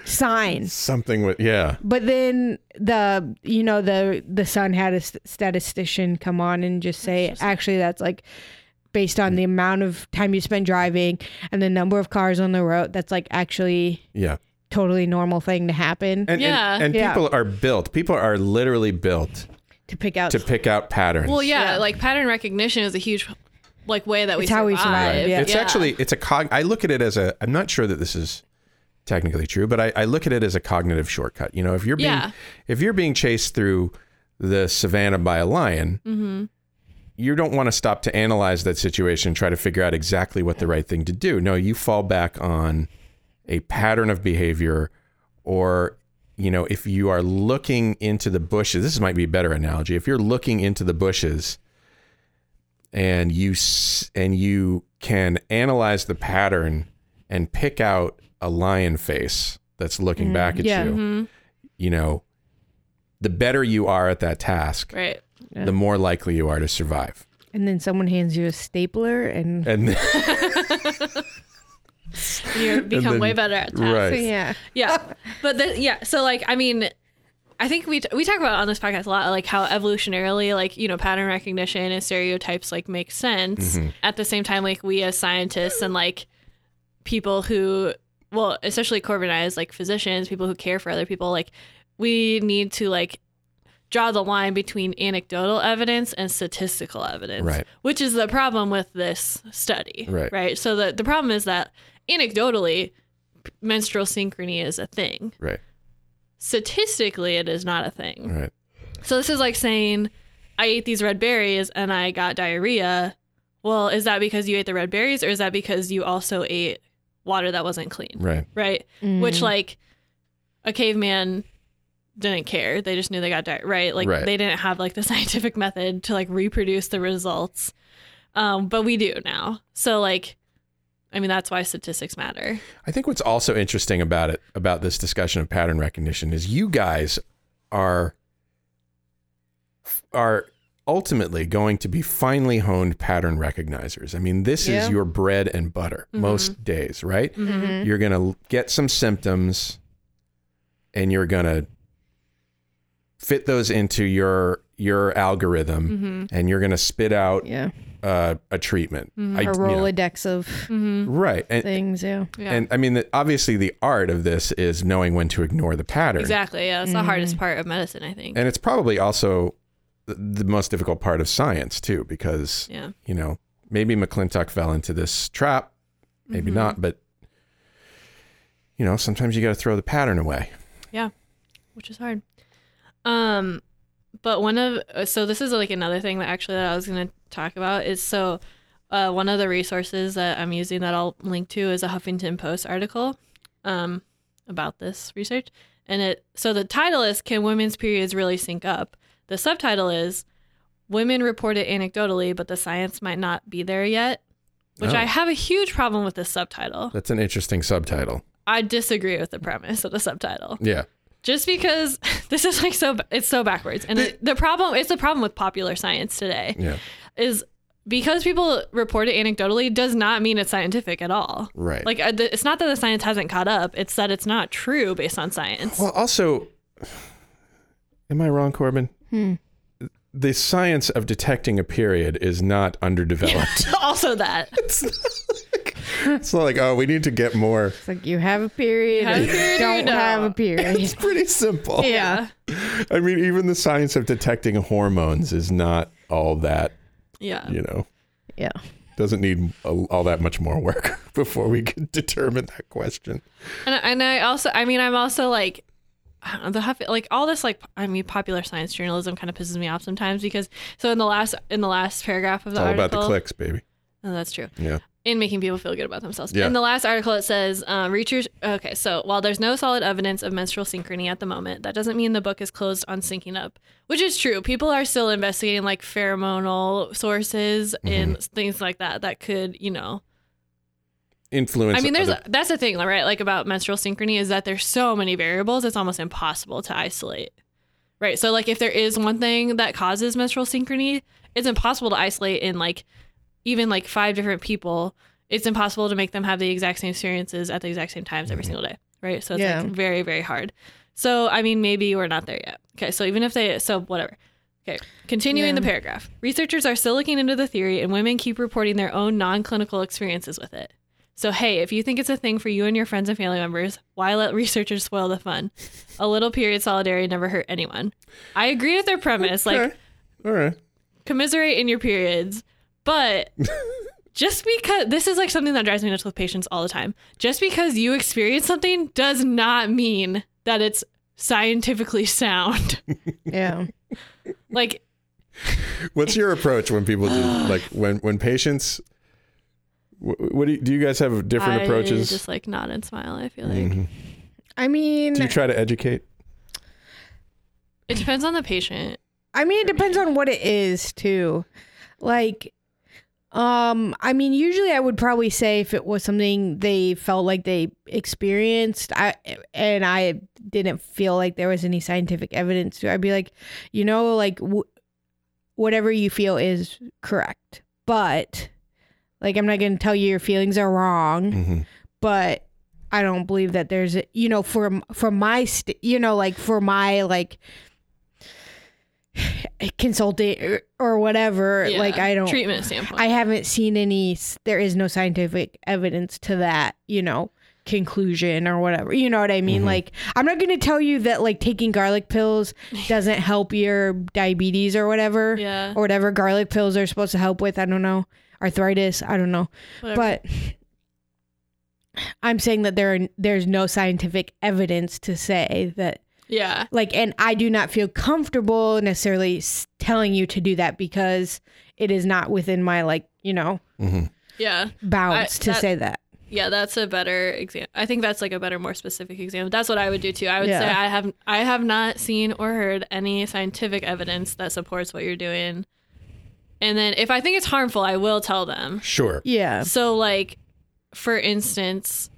Speaker 2: sign
Speaker 3: Something with yeah.
Speaker 2: but then the you know the the son had a st- statistician come on and just say actually that's like based on the amount of time you spend driving and the number of cars on the road that's like actually
Speaker 3: Yeah.
Speaker 2: totally normal thing to happen
Speaker 3: And,
Speaker 1: Yeah.
Speaker 3: and, and
Speaker 2: Yeah.
Speaker 3: people are built. People are literally built
Speaker 2: to pick out
Speaker 3: to pick out patterns.
Speaker 1: Well, yeah, like pattern recognition is a huge like way that we
Speaker 2: It's how we
Speaker 1: survive.
Speaker 2: survive, yeah.
Speaker 3: It's actually it's a cog. I look at it as a. I'm not sure that this is technically true, but I, I look at it as a cognitive shortcut. You know, if you're being
Speaker 1: Yeah.
Speaker 3: if you're being chased through the savannah by a lion,
Speaker 1: Mm-hmm.
Speaker 3: you don't want to stop to analyze that situation, and try to figure out exactly what the right thing to do. No, you fall back on a pattern of behavior, or you know, if you are looking into the bushes. This might be a better analogy. If you're looking into the bushes and you s- and you can analyze the pattern and pick out a lion face that's looking back at
Speaker 2: yeah.
Speaker 3: you you know the better you are at that task
Speaker 1: right.
Speaker 3: the more likely you are to survive
Speaker 2: and then someone hands you a stapler and
Speaker 3: and
Speaker 1: You become
Speaker 3: then-
Speaker 1: way better at that.
Speaker 3: right
Speaker 2: yeah
Speaker 1: yeah but the, yeah so like i mean i think we we talk about on this podcast a lot like how evolutionarily like you know pattern recognition and stereotypes like make sense at the same time like we as scientists and like people who well especially corbinized like physicians people who care for other people like we need to like draw the line between anecdotal evidence and statistical evidence
Speaker 3: Right.
Speaker 1: which is the problem with this study
Speaker 3: Right.
Speaker 1: right so the, the problem is that anecdotally menstrual synchrony is a thing.
Speaker 3: right
Speaker 1: Statistically, it is not a thing.
Speaker 3: right
Speaker 1: So this is like saying, I ate these red berries and I got diarrhea. Well, is that because you ate the red berries or is that because you also ate water that wasn't clean?
Speaker 3: right
Speaker 1: Right?
Speaker 2: Mm-hmm.
Speaker 3: Mm.
Speaker 1: Which, like, a caveman didn't care. They just knew they got diarrhea, right? Like,
Speaker 3: Right.
Speaker 1: they didn't have like the scientific method to like reproduce the results. Um, but we do now. So, like, I mean, that's why statistics matter.
Speaker 3: i think what's also interesting about it about this discussion of pattern recognition is you guys are are ultimately going to be finely honed pattern recognizers i mean this
Speaker 2: Yeah. Mm-hmm.
Speaker 3: is your bread and butter most days right
Speaker 2: Mhm.
Speaker 3: you're going to get some symptoms and you're going to fit those into your your algorithm
Speaker 1: Mm-hmm.
Speaker 3: and you're going to spit out
Speaker 2: Mm-hmm. yeah Mm-hmm.
Speaker 3: uh, a treatment I-
Speaker 2: a
Speaker 3: you know,
Speaker 2: rolodex of
Speaker 1: Mm-hmm.
Speaker 3: right and
Speaker 2: things yeah
Speaker 1: Yeah.
Speaker 3: and i mean the, obviously the art of this is knowing when to ignore the pattern
Speaker 1: Exactly. Yeah, that's the hardest part of medicine, I think.
Speaker 3: and it's probably also the, the most difficult part of science too because
Speaker 1: yeah.
Speaker 3: you know maybe mcclintock fell into this trap maybe
Speaker 1: Mm-hmm.
Speaker 3: not but you know sometimes you got to throw the pattern away
Speaker 1: Yeah. Which is hard. Um but one of uh, so this is like another thing that actually that I was going to talk about is so uh, one of the resources that I'm using that I'll link to is a Huffington Post article um, about this research, and it so the title is "Can Women's Periods Really Sync Up?" The subtitle is "Women Report It Anecdotally, but the Science Might Not Be There Yet," which
Speaker 3: Oh.
Speaker 1: I have a huge problem with this subtitle.
Speaker 3: That's an interesting subtitle.
Speaker 1: I disagree with the premise of the subtitle.
Speaker 3: Yeah.
Speaker 1: Just because this is like so it's so backwards. And it, the problem it's the problem with popular science today
Speaker 3: Yeah.
Speaker 1: is because people report it anecdotally does not mean it's scientific at all.
Speaker 3: Right.
Speaker 1: Like uh, the- it's not that the science hasn't caught up, it's that it's not true based on science.
Speaker 3: Well, also, am I wrong, Corbin?
Speaker 1: Hmm.
Speaker 3: The science of detecting a period is not underdeveloped.
Speaker 1: also that.
Speaker 3: it's not like, oh, we need to get more.
Speaker 2: it's like you have a period,
Speaker 1: have a
Speaker 2: or you
Speaker 1: period or
Speaker 2: don't
Speaker 1: you
Speaker 2: have a
Speaker 1: don't.
Speaker 2: period
Speaker 3: It's pretty simple.
Speaker 2: yeah
Speaker 3: I mean, even the science of detecting hormones is not all that,
Speaker 1: Yeah.
Speaker 3: you know,
Speaker 2: yeah
Speaker 3: doesn't need a, all that much more work before we can determine that question.
Speaker 1: And, and I also, I mean, I'm also like, I don't know, the Huff, like all this like I mean popular science journalism kind of pisses me off sometimes because so in the last in the last paragraph of
Speaker 3: It's
Speaker 1: the
Speaker 3: all
Speaker 1: article
Speaker 3: about the clicks, baby.
Speaker 1: Oh, that's true.
Speaker 3: Yeah.
Speaker 1: in making people feel good about themselves.
Speaker 3: Yeah.
Speaker 1: In the last article, it says uh, researchers. Okay, so while there's no solid evidence of menstrual synchrony at the moment, that doesn't mean the book is closed on syncing up, which is true. People are still investigating like pheromonal sources and things like that that could, you know.
Speaker 3: Influence.
Speaker 1: I mean, there's
Speaker 3: other-
Speaker 1: that's the thing, right? Like about menstrual synchrony is that there's so many variables, it's almost impossible to isolate. Right. So like if there is one thing that causes menstrual synchrony, it's impossible to isolate in like even like five different people. It's impossible to make them have the exact same experiences at the exact same times every single day. Right. So it's
Speaker 2: Yeah.
Speaker 1: like very, very hard. So I mean maybe we're not there yet. Okay. So even if they so whatever. Okay. Continuing
Speaker 2: Yeah.
Speaker 1: the paragraph. Researchers are still looking into the theory and women keep reporting their own non clinical experiences with it. So, hey, if you think it's a thing for you and your friends and family members, why let researchers spoil the fun? A little period solidarity never hurt anyone. I agree with their premise, like
Speaker 3: Okay. all right.
Speaker 1: commiserate in your periods, but just because this is like something that drives me nuts with patients all the time. Just because you experience something does not mean that it's scientifically sound.
Speaker 2: Yeah.
Speaker 1: like,
Speaker 3: What's your approach when people do like when when patients? wh- What do you, do you guys have different
Speaker 1: I
Speaker 3: approaches?
Speaker 1: just like nod and smile. I feel like
Speaker 3: Mhm.
Speaker 2: I mean,
Speaker 3: Do you try to educate?
Speaker 1: it depends on the patient.
Speaker 2: I mean, it depends on what it is too. Like, um, I mean, usually I would probably say if it was something they felt like they experienced, I and I didn't feel like there was any scientific evidence to, it, I'd be like, you know, like w- whatever you feel is correct, but like I'm not going to tell you your feelings are wrong,
Speaker 3: Mm-hmm.
Speaker 2: but. I don't believe that there's, a, you know, for for my, st- you know, like for my like consultant or, or whatever.
Speaker 1: Yeah,
Speaker 2: Like I don't,
Speaker 1: treatment standpoint.
Speaker 2: I haven't seen any. s- There is no scientific evidence to that. You know conclusion or whatever you know what i mean
Speaker 3: Mhm.
Speaker 2: like i'm not going to tell you that like taking garlic pills doesn't help your diabetes or whatever
Speaker 1: yeah.
Speaker 2: or whatever garlic pills are supposed to help with i don't know arthritis i don't know
Speaker 1: whatever.
Speaker 2: but I'm saying that there are, there's no scientific evidence to say that
Speaker 1: yeah.
Speaker 2: like and I do not feel comfortable necessarily s- telling you to do that because it is not within my like, you know,
Speaker 3: Mm-hmm.
Speaker 1: Yeah.
Speaker 2: bounds
Speaker 1: I-
Speaker 2: to
Speaker 1: that-
Speaker 2: say that.
Speaker 1: Yeah, that's a better example. I think that's like a better, more specific example. That's what I would do too. I would
Speaker 2: Yeah.
Speaker 1: say I have I have not seen or heard any scientific evidence that supports what you're doing. And then if I think it's harmful, I will tell them.
Speaker 3: Sure.
Speaker 2: Yeah.
Speaker 1: So like, for instance,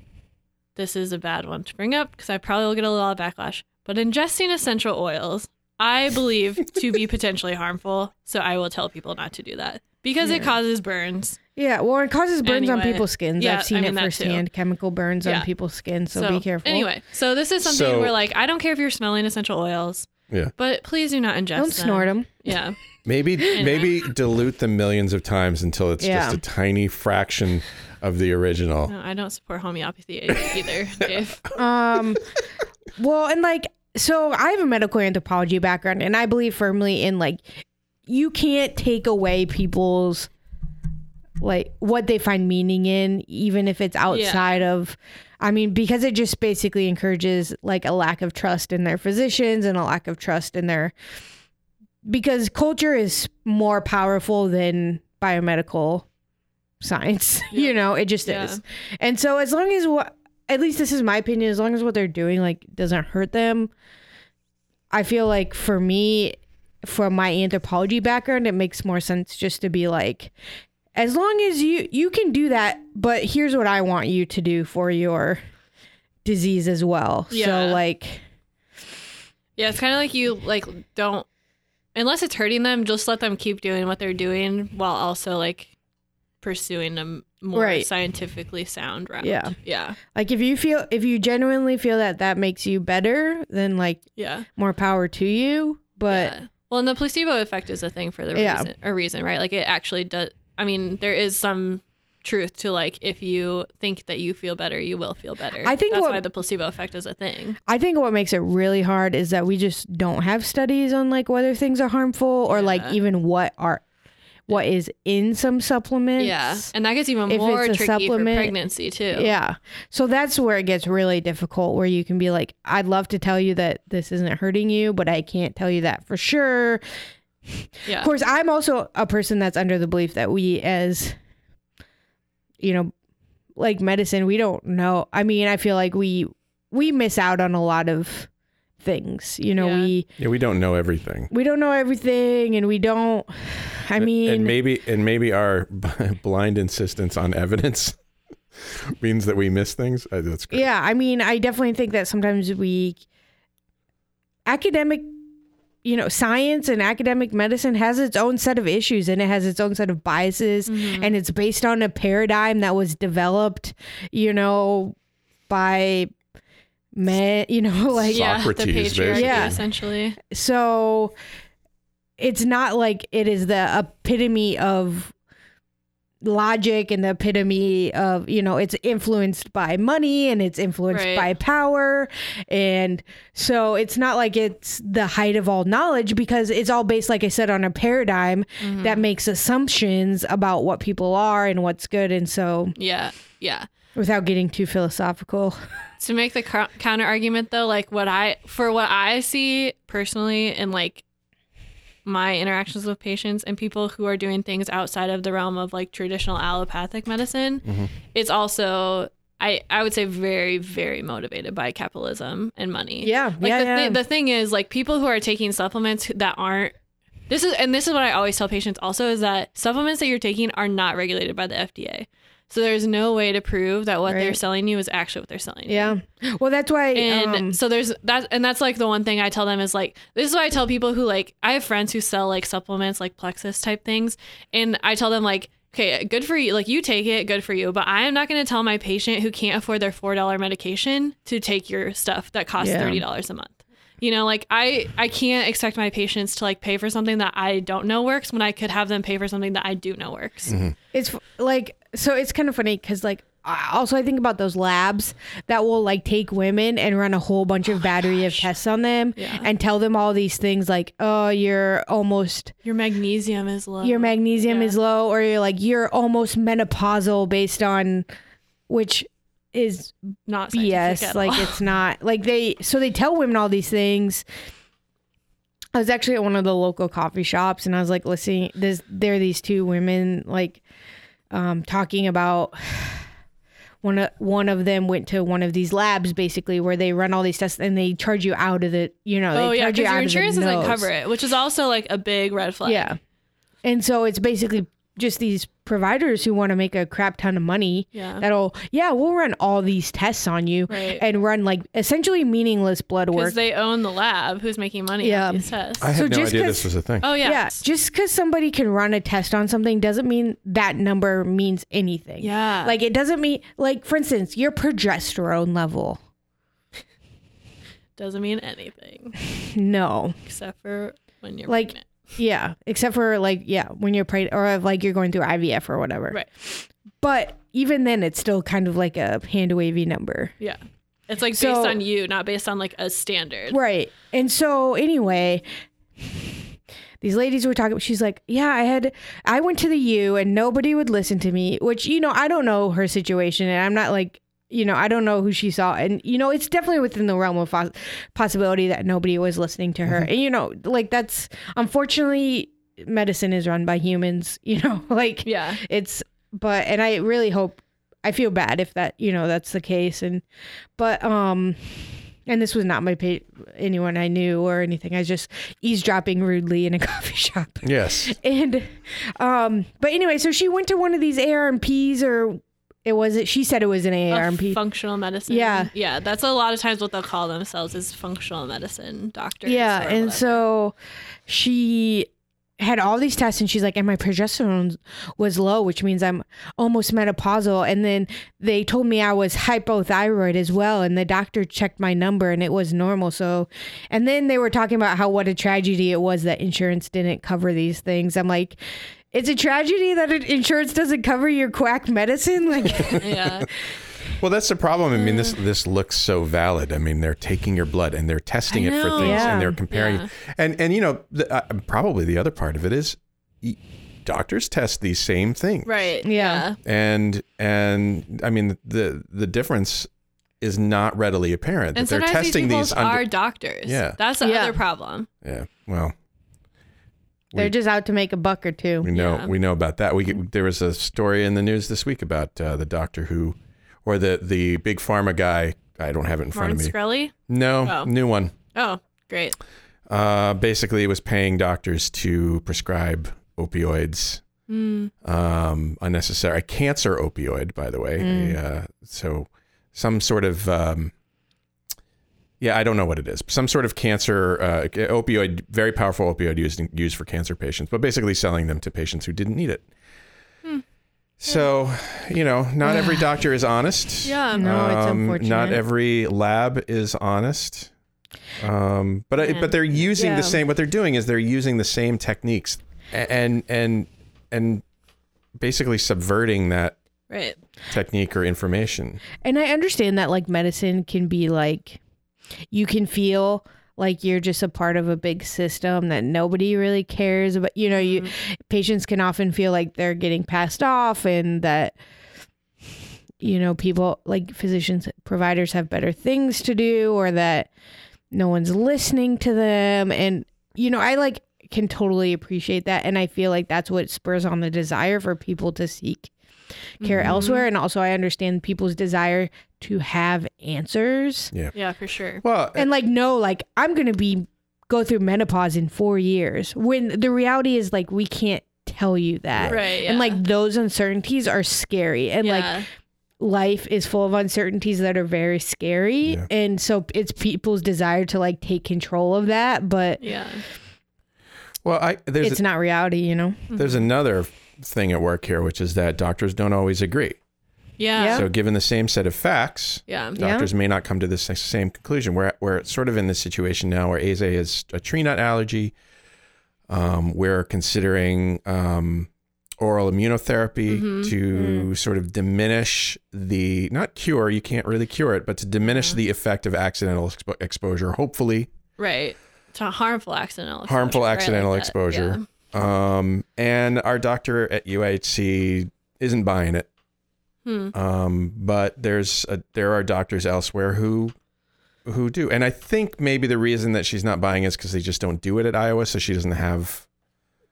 Speaker 1: this is a bad one to bring up because I probably will get a lot of backlash. But ingesting essential oils, I believe to be potentially harmful, so I will tell people not to do that because it
Speaker 2: Yeah.
Speaker 1: causes burns.
Speaker 2: Yeah, well, it causes burns on
Speaker 1: Anyway,
Speaker 2: people's skins.
Speaker 1: yeah,
Speaker 2: I've seen
Speaker 1: I mean
Speaker 2: it
Speaker 1: that too.
Speaker 2: firsthand. Chemical burns
Speaker 1: Yeah.
Speaker 2: on people's skin, so, be careful.
Speaker 1: Anyway, so this is something
Speaker 3: So-
Speaker 1: where like I don't care if you're smelling essential oils,
Speaker 3: Yeah.
Speaker 1: but please do not ingest.
Speaker 2: don't snort them.
Speaker 1: Yeah,
Speaker 3: Maybe maybe dilute them millions of times until it's
Speaker 2: Yeah.
Speaker 3: just a tiny fraction of the original.
Speaker 1: no, I don't support homeopathy e-, either. Dave.
Speaker 2: Um, well, and like, so I have a medical anthropology background, and I believe firmly in like, you can't take away people's like what they find meaning in, even if it's outside of. I mean, because it just basically encourages like a lack of trust in their physicians and a lack of trust in their because culture is more powerful than biomedical science. you know, it just
Speaker 1: Yeah.
Speaker 2: is. And so as long as what at least this is my opinion, as long as what they're doing like doesn't hurt them, I feel like for me from my anthropology background, it makes more sense just to be like as long as you you can do that, but here's what I want you to do for your disease as well.
Speaker 1: Yeah.
Speaker 2: So like
Speaker 1: Yeah, it's kind of like you like don't unless it's hurting them, just let them keep doing what they're doing while also like pursuing a more
Speaker 2: Right.
Speaker 1: scientifically sound route.
Speaker 2: Yeah.
Speaker 1: yeah,
Speaker 2: Like if you feel if you genuinely feel that that makes you better, then like
Speaker 1: yeah.
Speaker 2: more power to you. But
Speaker 1: Yeah. well, and the placebo effect is a thing for the
Speaker 2: Yeah.
Speaker 1: reason, a reason, right? Like it actually does. I mean, there is some truth to like if you think that you feel better, you will feel better.
Speaker 2: I think
Speaker 1: that's
Speaker 2: what-
Speaker 1: why the placebo effect is a thing.
Speaker 2: I think what makes it really hard is that we just don't have studies on like whether things are harmful or like
Speaker 1: Yeah.
Speaker 2: even what are what is in some supplements.
Speaker 1: Yeah, and that gets even
Speaker 2: If
Speaker 1: more
Speaker 2: it's a
Speaker 1: tricky
Speaker 2: supplement-
Speaker 1: for pregnancy too.
Speaker 2: Yeah. So that's where it gets really difficult where you can be like, I'd love to tell you that this isn't hurting you, but I can't tell you that for sure.
Speaker 1: yeah.
Speaker 2: Of course, I'm also a person that's under the belief that we as you know, like medicine, we don't know. I mean, I feel like we we miss out on a lot of things. You know,
Speaker 1: Yeah.
Speaker 2: we
Speaker 3: Yeah, we don't know everything.
Speaker 2: we don't know everything and we don't I mean
Speaker 3: and maybe and maybe our blind insistence on evidence means that we miss things. Uh, that's great.
Speaker 2: Yeah, I mean, I definitely think that sometimes we academic, you know, science and academic medicine has its own set of issues and it has its own set of biases
Speaker 1: Mm-hmm.
Speaker 2: and it's based on a paradigm that was developed, you know, by men, you know, like
Speaker 1: yeah,
Speaker 3: Socrates,
Speaker 1: the patriarchy,
Speaker 3: basically.
Speaker 2: Yeah.
Speaker 1: essentially.
Speaker 2: so it's not like it is the epitome of logic and the epitome of you know it's influenced by money and it's influenced
Speaker 1: Right.
Speaker 2: by power and so it's not like it's the height of all knowledge because it's all based like i said on a paradigm that makes assumptions about what people are and what's good and so
Speaker 1: Yeah, yeah.
Speaker 2: without getting too philosophical
Speaker 1: to make the cou- counter argument though like what i for what i see personally in like my interactions with patients and people who are doing things outside of the realm of like traditional allopathic medicine it's also I, I would say very very motivated by capitalism and money
Speaker 2: Yeah,
Speaker 1: like
Speaker 2: yeah,
Speaker 1: the,
Speaker 2: yeah.
Speaker 1: Thing, the thing is like people who are taking supplements that aren't this is and this is what i always tell patients also is that supplements that you're taking are not regulated by the fda so there's no way to prove that what they're
Speaker 2: Right.
Speaker 1: selling you is actually what they're selling you
Speaker 2: yeah well that's why
Speaker 1: and
Speaker 2: um,
Speaker 1: so there's that and that's like the one thing i tell them is like this is why i tell people who like i have friends who sell like supplements like plexus type things and i tell them like okay good for you like you take it good for you but i am not going to tell my patient who can't afford their $4 medication to take your stuff that costs
Speaker 2: Yeah.
Speaker 1: $30 a month you know like i i can't expect my patients to like pay for something that i don't know works when i could have them pay for something that i do know works
Speaker 2: It's f- like so. It's kind of funny because like I- also I think about those labs that will like take women and run a whole bunch of battery of tests on them
Speaker 1: Oh Yeah.
Speaker 2: and tell them all these things like oh you're almost
Speaker 1: your magnesium is low
Speaker 2: your magnesium
Speaker 1: Oh, yeah.
Speaker 2: is low or you're like you're almost menopausal based on which is
Speaker 1: not scientific
Speaker 2: BS.
Speaker 1: at
Speaker 2: Like
Speaker 1: all.
Speaker 2: it's not like they so they tell women all these things. I was actually at one of the local coffee shops and I was like listening there's there are these two women like um talking about one of one of them went to one of these labs basically where they run all these tests and they charge you out of the you know
Speaker 1: Oh
Speaker 2: they
Speaker 1: yeah,
Speaker 2: charge
Speaker 1: because
Speaker 2: you out
Speaker 1: your
Speaker 2: of the
Speaker 1: insurance doesn't
Speaker 2: nose.
Speaker 1: cover it, which is also like a big red flag.
Speaker 2: Yeah. And so it's basically just these providers who want to make a crap ton of money
Speaker 1: Yeah.
Speaker 2: that'll yeah we'll run all these tests on you
Speaker 1: Right.
Speaker 2: and run like essentially meaningless blood work
Speaker 1: because they own the lab. Who's making money
Speaker 2: Yeah.
Speaker 1: off these tests?
Speaker 3: I had
Speaker 2: So
Speaker 3: no
Speaker 2: just
Speaker 3: idea
Speaker 2: 'cause-
Speaker 3: this was a thing.
Speaker 1: oh
Speaker 2: yeah,
Speaker 1: yeah,
Speaker 2: just because somebody can run a test on something doesn't mean that number means anything
Speaker 1: Yeah.
Speaker 2: like it doesn't mean like for instance your progesterone level
Speaker 1: doesn't mean anything
Speaker 2: no
Speaker 1: except for when you're
Speaker 2: Like-
Speaker 1: pregnant.
Speaker 2: yeah except for like yeah when you're pregnant or if, like you're going through IVF or whatever
Speaker 1: Right.
Speaker 2: but even then it's still kind of like a hand wavy number
Speaker 1: Yeah, it's like
Speaker 2: So-
Speaker 1: based on you, not based on like a standard.
Speaker 2: Right. And so anyway, these ladies were talking she's like, "Yeah, I had I went to the U and nobody would listen to me," which you know, I don't know her situation and I'm not like you know, I don't know who she saw. And, you know, it's definitely within the realm of pos- possibility that nobody was listening to her. And, you know, like that's unfortunately, medicine is run by humans, you know, like
Speaker 1: Yeah,
Speaker 2: it's but and i really hope i feel bad if that you know that's the case and but um and this was not my pa- anyone i knew or anything i was just eavesdropping rudely in a coffee shop
Speaker 3: Yes.
Speaker 2: and um but anyway so she went to one of these armps or it was it she said it was an
Speaker 1: A
Speaker 2: armp
Speaker 1: functional medicine.
Speaker 2: Yeah.
Speaker 1: yeah, that's a lot of times what they'll call themselves is functional medicine doctors.
Speaker 2: yeah
Speaker 1: or
Speaker 2: and
Speaker 1: whatever.
Speaker 2: so she had all these tests and she's like and my progesterone was low which means i'm almost menopausal and then they told me i was hypothyroid as well and the doctor checked my number and it was normal so and then they were talking about how what a tragedy it was that insurance didn't cover these things i'm like it's a tragedy that it- insurance doesn't cover your quack medicine like
Speaker 1: yeah,
Speaker 3: Well, that's the problem. I mean, this this looks so valid. I mean, they're taking your blood and they're testing
Speaker 1: I
Speaker 3: it for
Speaker 1: know.
Speaker 3: things
Speaker 2: Yeah.
Speaker 3: and they're comparing.
Speaker 1: Yeah.
Speaker 3: And and you know, the, uh, probably the other part of it is y- doctors test these same things.
Speaker 1: Right.
Speaker 2: Yeah.
Speaker 3: And and I mean the the difference is not readily apparent
Speaker 1: And
Speaker 3: that they're
Speaker 1: sometimes
Speaker 3: testing
Speaker 1: these,
Speaker 3: these,
Speaker 1: peoples
Speaker 3: under
Speaker 1: are doctors.
Speaker 3: Yeah.
Speaker 1: That's the
Speaker 2: Yeah.
Speaker 1: other problem.
Speaker 3: Yeah. Well,
Speaker 2: They're
Speaker 3: We-
Speaker 2: just out to make a buck or two.
Speaker 3: we know
Speaker 1: Yeah. Mm-hmm.
Speaker 3: we know about that. We get- there was a story in the news this week about uh, the doctor who or the the big pharma guy. I don't have it in front
Speaker 1: Martin
Speaker 3: of me.
Speaker 1: Scully.
Speaker 3: No,
Speaker 1: Oh.
Speaker 3: new one.
Speaker 1: Oh, great.
Speaker 3: Uh, basically, it was paying doctors to prescribe opioids, um, unnecessary a cancer opioid, by the way. A, uh, so, some sort of um, yeah, I don't know what it is. Some sort of cancer uh, opioid, very powerful opioid used used for cancer patients, but basically selling them to patients who didn't need it. So, you know, not every doctor is honest.
Speaker 1: Yeah.
Speaker 2: No, it's
Speaker 3: Um, Not
Speaker 2: unfortunate.
Speaker 3: every lab is honest. Um, but I
Speaker 1: Yeah.
Speaker 3: but they're using
Speaker 2: Yeah.
Speaker 3: the same. What they're doing is they're using the same techniques a- and and and basically subverting that
Speaker 1: Right.
Speaker 3: technique or information.
Speaker 2: And I understand that like medicine can be like you can feel like you're just a part of a big system that nobody really cares about. You know, you patients can often feel like they're getting passed off and that you know, people like physicians providers have better things to do or that no one's listening to them and you know, I like can totally appreciate that and I feel like that's what spurs on the desire for people to seek care
Speaker 1: Mm-hmm.
Speaker 2: elsewhere. And also, I understand people's desire to have answers
Speaker 1: Yeah, for sure.
Speaker 3: Well,
Speaker 2: and like know, like I'm gonna be go through menopause in four years. When the reality is like we can't tell you that.
Speaker 1: Right.
Speaker 2: And
Speaker 1: yeah.
Speaker 2: like those uncertainties are scary, and like
Speaker 1: Yeah.
Speaker 2: life is full of uncertainties that are very scary,
Speaker 3: Yeah.
Speaker 2: and so it's people's desire to like take control of that, but
Speaker 1: Yeah.
Speaker 3: well, I there's
Speaker 2: it's not reality, you know.
Speaker 3: there's another thing at work here, which is that doctors don't always agree.
Speaker 1: Yeah.
Speaker 3: So, given the same set of facts,
Speaker 1: Yeah.
Speaker 2: Yeah.
Speaker 3: doctors may not come to the sa- same conclusion. We're, we're sort of in this situation now where Aze is a tree nut allergy. Um, we're considering um, oral immunotherapy to sort of diminish the, not cure, you can't really cure it, but to diminish the effect of accidental expo- exposure, hopefully
Speaker 1: Right. To harmful accidental exposure.
Speaker 3: harmful
Speaker 1: right, like
Speaker 3: accidental
Speaker 1: that.
Speaker 3: exposure. Um, and our doctor at UHC isn't buying it.
Speaker 1: Hmm.
Speaker 3: Um, but there's a, there are doctors elsewhere who who do, and I think maybe the reason that she's not buying is because they just don't do it at Iowa, so she doesn't have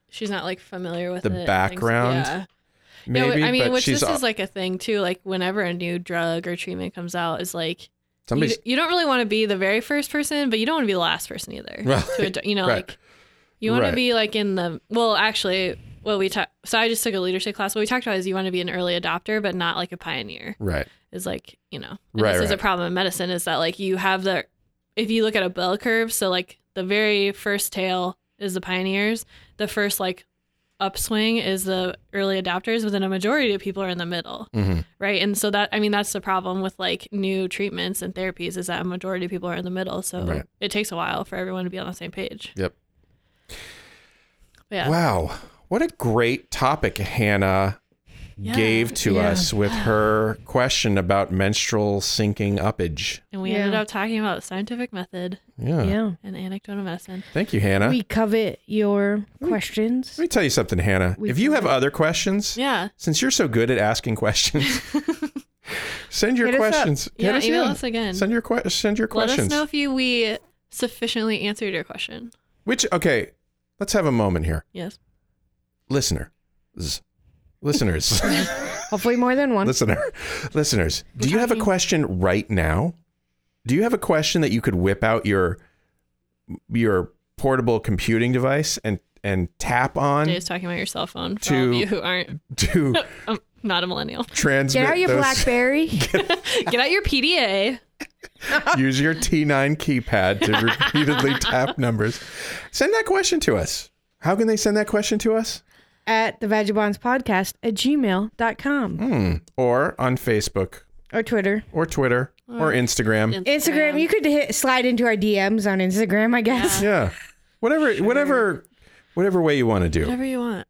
Speaker 1: She's not like familiar with it
Speaker 3: The
Speaker 1: and things-
Speaker 3: background,
Speaker 1: Yeah. Yeah,
Speaker 3: maybe.
Speaker 1: I mean,
Speaker 3: but
Speaker 1: which
Speaker 3: she's
Speaker 1: this is like a thing too. Like whenever a new drug or treatment comes out, is like you,
Speaker 3: somebody's
Speaker 1: you don't really want to be the very first person, but you don't want to be the last person either.
Speaker 3: Right.
Speaker 1: To ad- you know,
Speaker 3: Right.
Speaker 1: like you want
Speaker 3: Right.
Speaker 1: to be like in the well, actually, what we talked. So I just took a leadership class. What we talked about is you want to be an early adopter, but not like a pioneer.
Speaker 3: right.
Speaker 1: Is like you know, and
Speaker 3: Right,
Speaker 1: this is a
Speaker 3: right.
Speaker 1: problem in medicine. Is that like you have the if you look at a bell curve, so like the very first tail is the pioneers. The first like upswing is the early adopters, but then a majority of people are in the middle
Speaker 3: Mhm.
Speaker 1: right and so that i mean that's the problem with like new treatments and therapies is that a majority of people are in the middle so
Speaker 3: Right.
Speaker 1: it takes a while for everyone to be on the same page
Speaker 3: Yep.
Speaker 1: But yeah
Speaker 3: Wow, what a great topic Hannah
Speaker 1: Yeah.
Speaker 3: gave to
Speaker 2: Yeah.
Speaker 3: us with her question about menstrual sinking uppage.
Speaker 1: and we
Speaker 2: Yeah.
Speaker 1: ended up talking about scientific method
Speaker 3: Yeah.
Speaker 2: yeah.
Speaker 1: and anecdotal medicine
Speaker 3: Thank you, Hannah.
Speaker 2: We covet your questions.
Speaker 3: Let me tell you something, Hannah.
Speaker 2: We
Speaker 3: if you
Speaker 2: can-
Speaker 3: have other questions,
Speaker 1: yeah
Speaker 3: since you're so good at asking questions, send your
Speaker 2: Hit us up.
Speaker 3: questions. Hit
Speaker 1: yeah
Speaker 3: us
Speaker 1: email
Speaker 3: in.
Speaker 1: us again
Speaker 3: Send your que- send your
Speaker 1: let us
Speaker 3: questions.
Speaker 1: know if you we sufficiently answered your question
Speaker 3: Which okay, let's have a moment here,
Speaker 1: yes
Speaker 3: listener, listeners,
Speaker 2: Hopefully, more than one.
Speaker 3: listener, listeners. Do you have a question right now? Do you have a question that you could whip out your your portable computing device and and tap on
Speaker 1: Dave's talking about your cell phone for all
Speaker 3: To-
Speaker 1: of you who aren't
Speaker 3: to
Speaker 1: um, not a millennial
Speaker 3: transmit
Speaker 2: Get out your
Speaker 3: those-
Speaker 2: BlackBerry.
Speaker 1: get out your pda
Speaker 3: Use your T9 keypad to repeatedly tap numbers. Send that question to us. How can they send that question to us?
Speaker 2: at the Vagabonds Podcast at gmail.com
Speaker 3: Hmm. Or on Facebook
Speaker 2: or Twitter.
Speaker 3: or Twitter
Speaker 1: Uh,
Speaker 3: or Instagram.
Speaker 2: Instagram, you could hit, slide into our DMs on Instagram, I guess.
Speaker 3: Yeah. Whatever whatever whatever way you want to do.
Speaker 1: whatever you want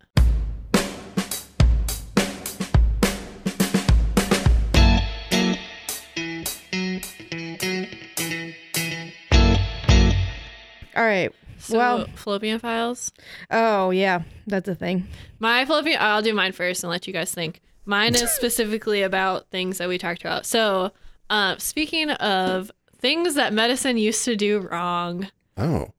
Speaker 2: All right.
Speaker 1: So,
Speaker 2: Well-
Speaker 1: fallopian files.
Speaker 2: Oh yeah, that's a thing.
Speaker 1: My fallopian. I'll do mine first and let you guys think. Mine is specifically about things that we talked about. So, uh, speaking of things that medicine used to do wrong,
Speaker 3: Oh.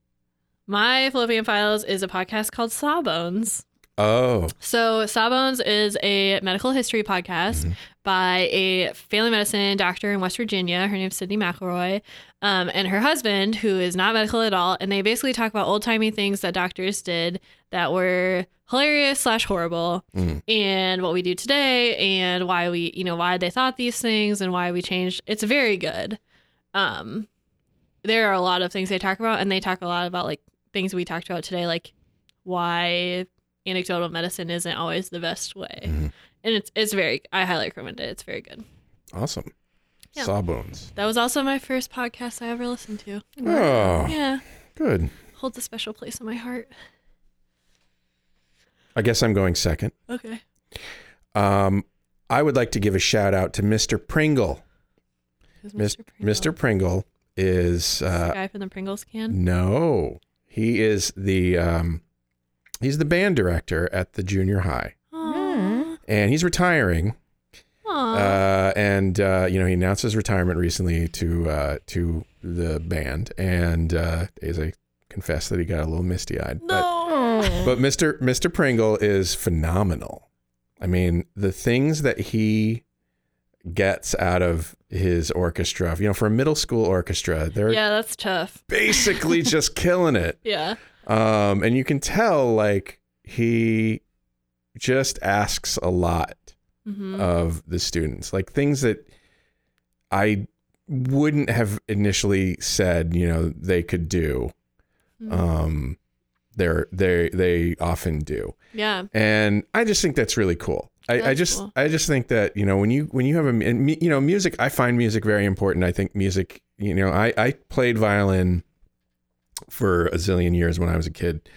Speaker 1: my fallopian files is a podcast called Sawbones.
Speaker 3: Oh.
Speaker 1: So, Sawbones is a medical history podcast by a family medicine doctor in West Virginia. Her name's Sydney McElroy, um, and her husband, who is not medical at all. And they basically talk about old timey things that doctors did that were hilarious slash horrible,
Speaker 3: Mm.
Speaker 1: and what we do today, and why we, you know, why they thought these things, and why we changed. It's very good. Um, there are a lot of things they talk about, and they talk a lot about like things we talked about today, like why anecdotal medicine isn't always the best way.
Speaker 3: Mhm.
Speaker 1: And it's it's very I highly recommend it. It's very good.
Speaker 3: Awesome.
Speaker 1: Yeah.
Speaker 3: Sawbones.
Speaker 1: That was also my first podcast I ever listened to.
Speaker 3: Oh,
Speaker 1: Yeah.
Speaker 3: good.
Speaker 1: Holds a special place in my heart.
Speaker 3: I guess I'm going second.
Speaker 1: Okay.
Speaker 3: Um, I would like to give a shout out to Mr. Pringle.
Speaker 1: Who's
Speaker 3: Mis-
Speaker 1: Pringle?
Speaker 3: Mr. Pringle is
Speaker 1: The
Speaker 3: uh,
Speaker 1: guy from the Pringles can.
Speaker 3: no, he is the um, he's the band director at the junior high,
Speaker 1: Aww.
Speaker 3: and he's retiring. Mm-hmm. Uh, and uh, you know, he announced his retirement recently to uh, to the band, and uh, as I confessed that he got a little misty eyed.
Speaker 1: no.
Speaker 3: But Mr. Mr. Pringle is phenomenal. I mean, the things that he gets out of his orchestra, you know, for a middle school orchestra, they're
Speaker 1: Yeah, that's tough.
Speaker 3: basically just killing it.
Speaker 1: Yeah.
Speaker 3: Um, and you can tell like he just asks a lot
Speaker 1: Mm-hmm.
Speaker 3: of the students, like things that I wouldn't have initially said, you know, they could do.
Speaker 1: Mhm.
Speaker 3: Um, they're they they often do
Speaker 1: yeah.
Speaker 3: and I just think that's really cool. I, I
Speaker 1: That's
Speaker 3: just
Speaker 1: cool.
Speaker 3: I just think that you know when you when you have a and mu- you know music I find music very important. I think music you know I I played violin for a zillion years when I was a kid,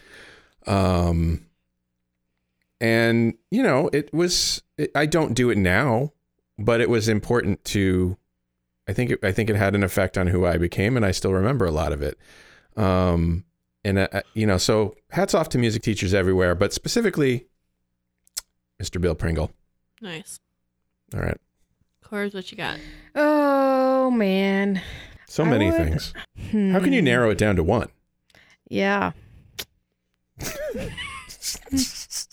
Speaker 3: um, and you know it was it, I don't do it now, but it was important to. I think it, I think it had an effect on who I became, and I still remember a lot of it. Um, and uh, you know, so hats off to music teachers everywhere, but specifically Mr. Bill Pringle.
Speaker 1: Nice.
Speaker 3: All right,
Speaker 1: Cora's what you got.
Speaker 2: Oh man.
Speaker 3: so
Speaker 2: I
Speaker 3: many
Speaker 2: would-
Speaker 3: things. How can you
Speaker 2: Hmm.
Speaker 3: narrow it down to one?
Speaker 2: Yeah.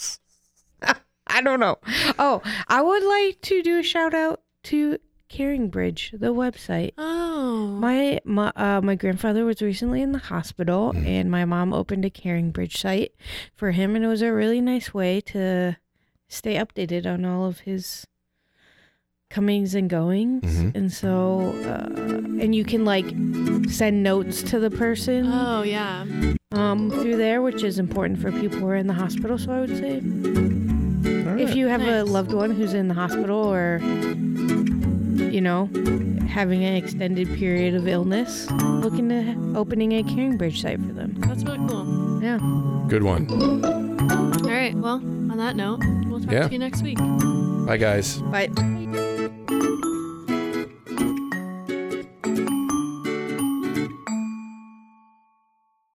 Speaker 2: I don't know. Oh, I would like to do a shout out to Caring Bridge, the website.
Speaker 1: Oh.
Speaker 2: My my uh, my grandfather was recently in the hospital, and my mom opened a Caring Bridge site for him, and it was a really nice way to stay updated on all of his comings and goings.
Speaker 3: Mhm.
Speaker 2: And so, uh, and you can like send notes to the person
Speaker 1: oh yeah.
Speaker 2: um, through there, which is important for people who are in the hospital. So I would say, if you have a
Speaker 1: Nice.
Speaker 2: loved one who's in the hospital or, you know, having an extended period of illness, look into opening a caring bridge site for them.
Speaker 1: That's really cool.
Speaker 2: Yeah.
Speaker 3: Good one.
Speaker 1: All right. Well, on that note, we'll talk
Speaker 3: Yeah.
Speaker 1: to you next week.
Speaker 3: Bye, guys.
Speaker 2: But.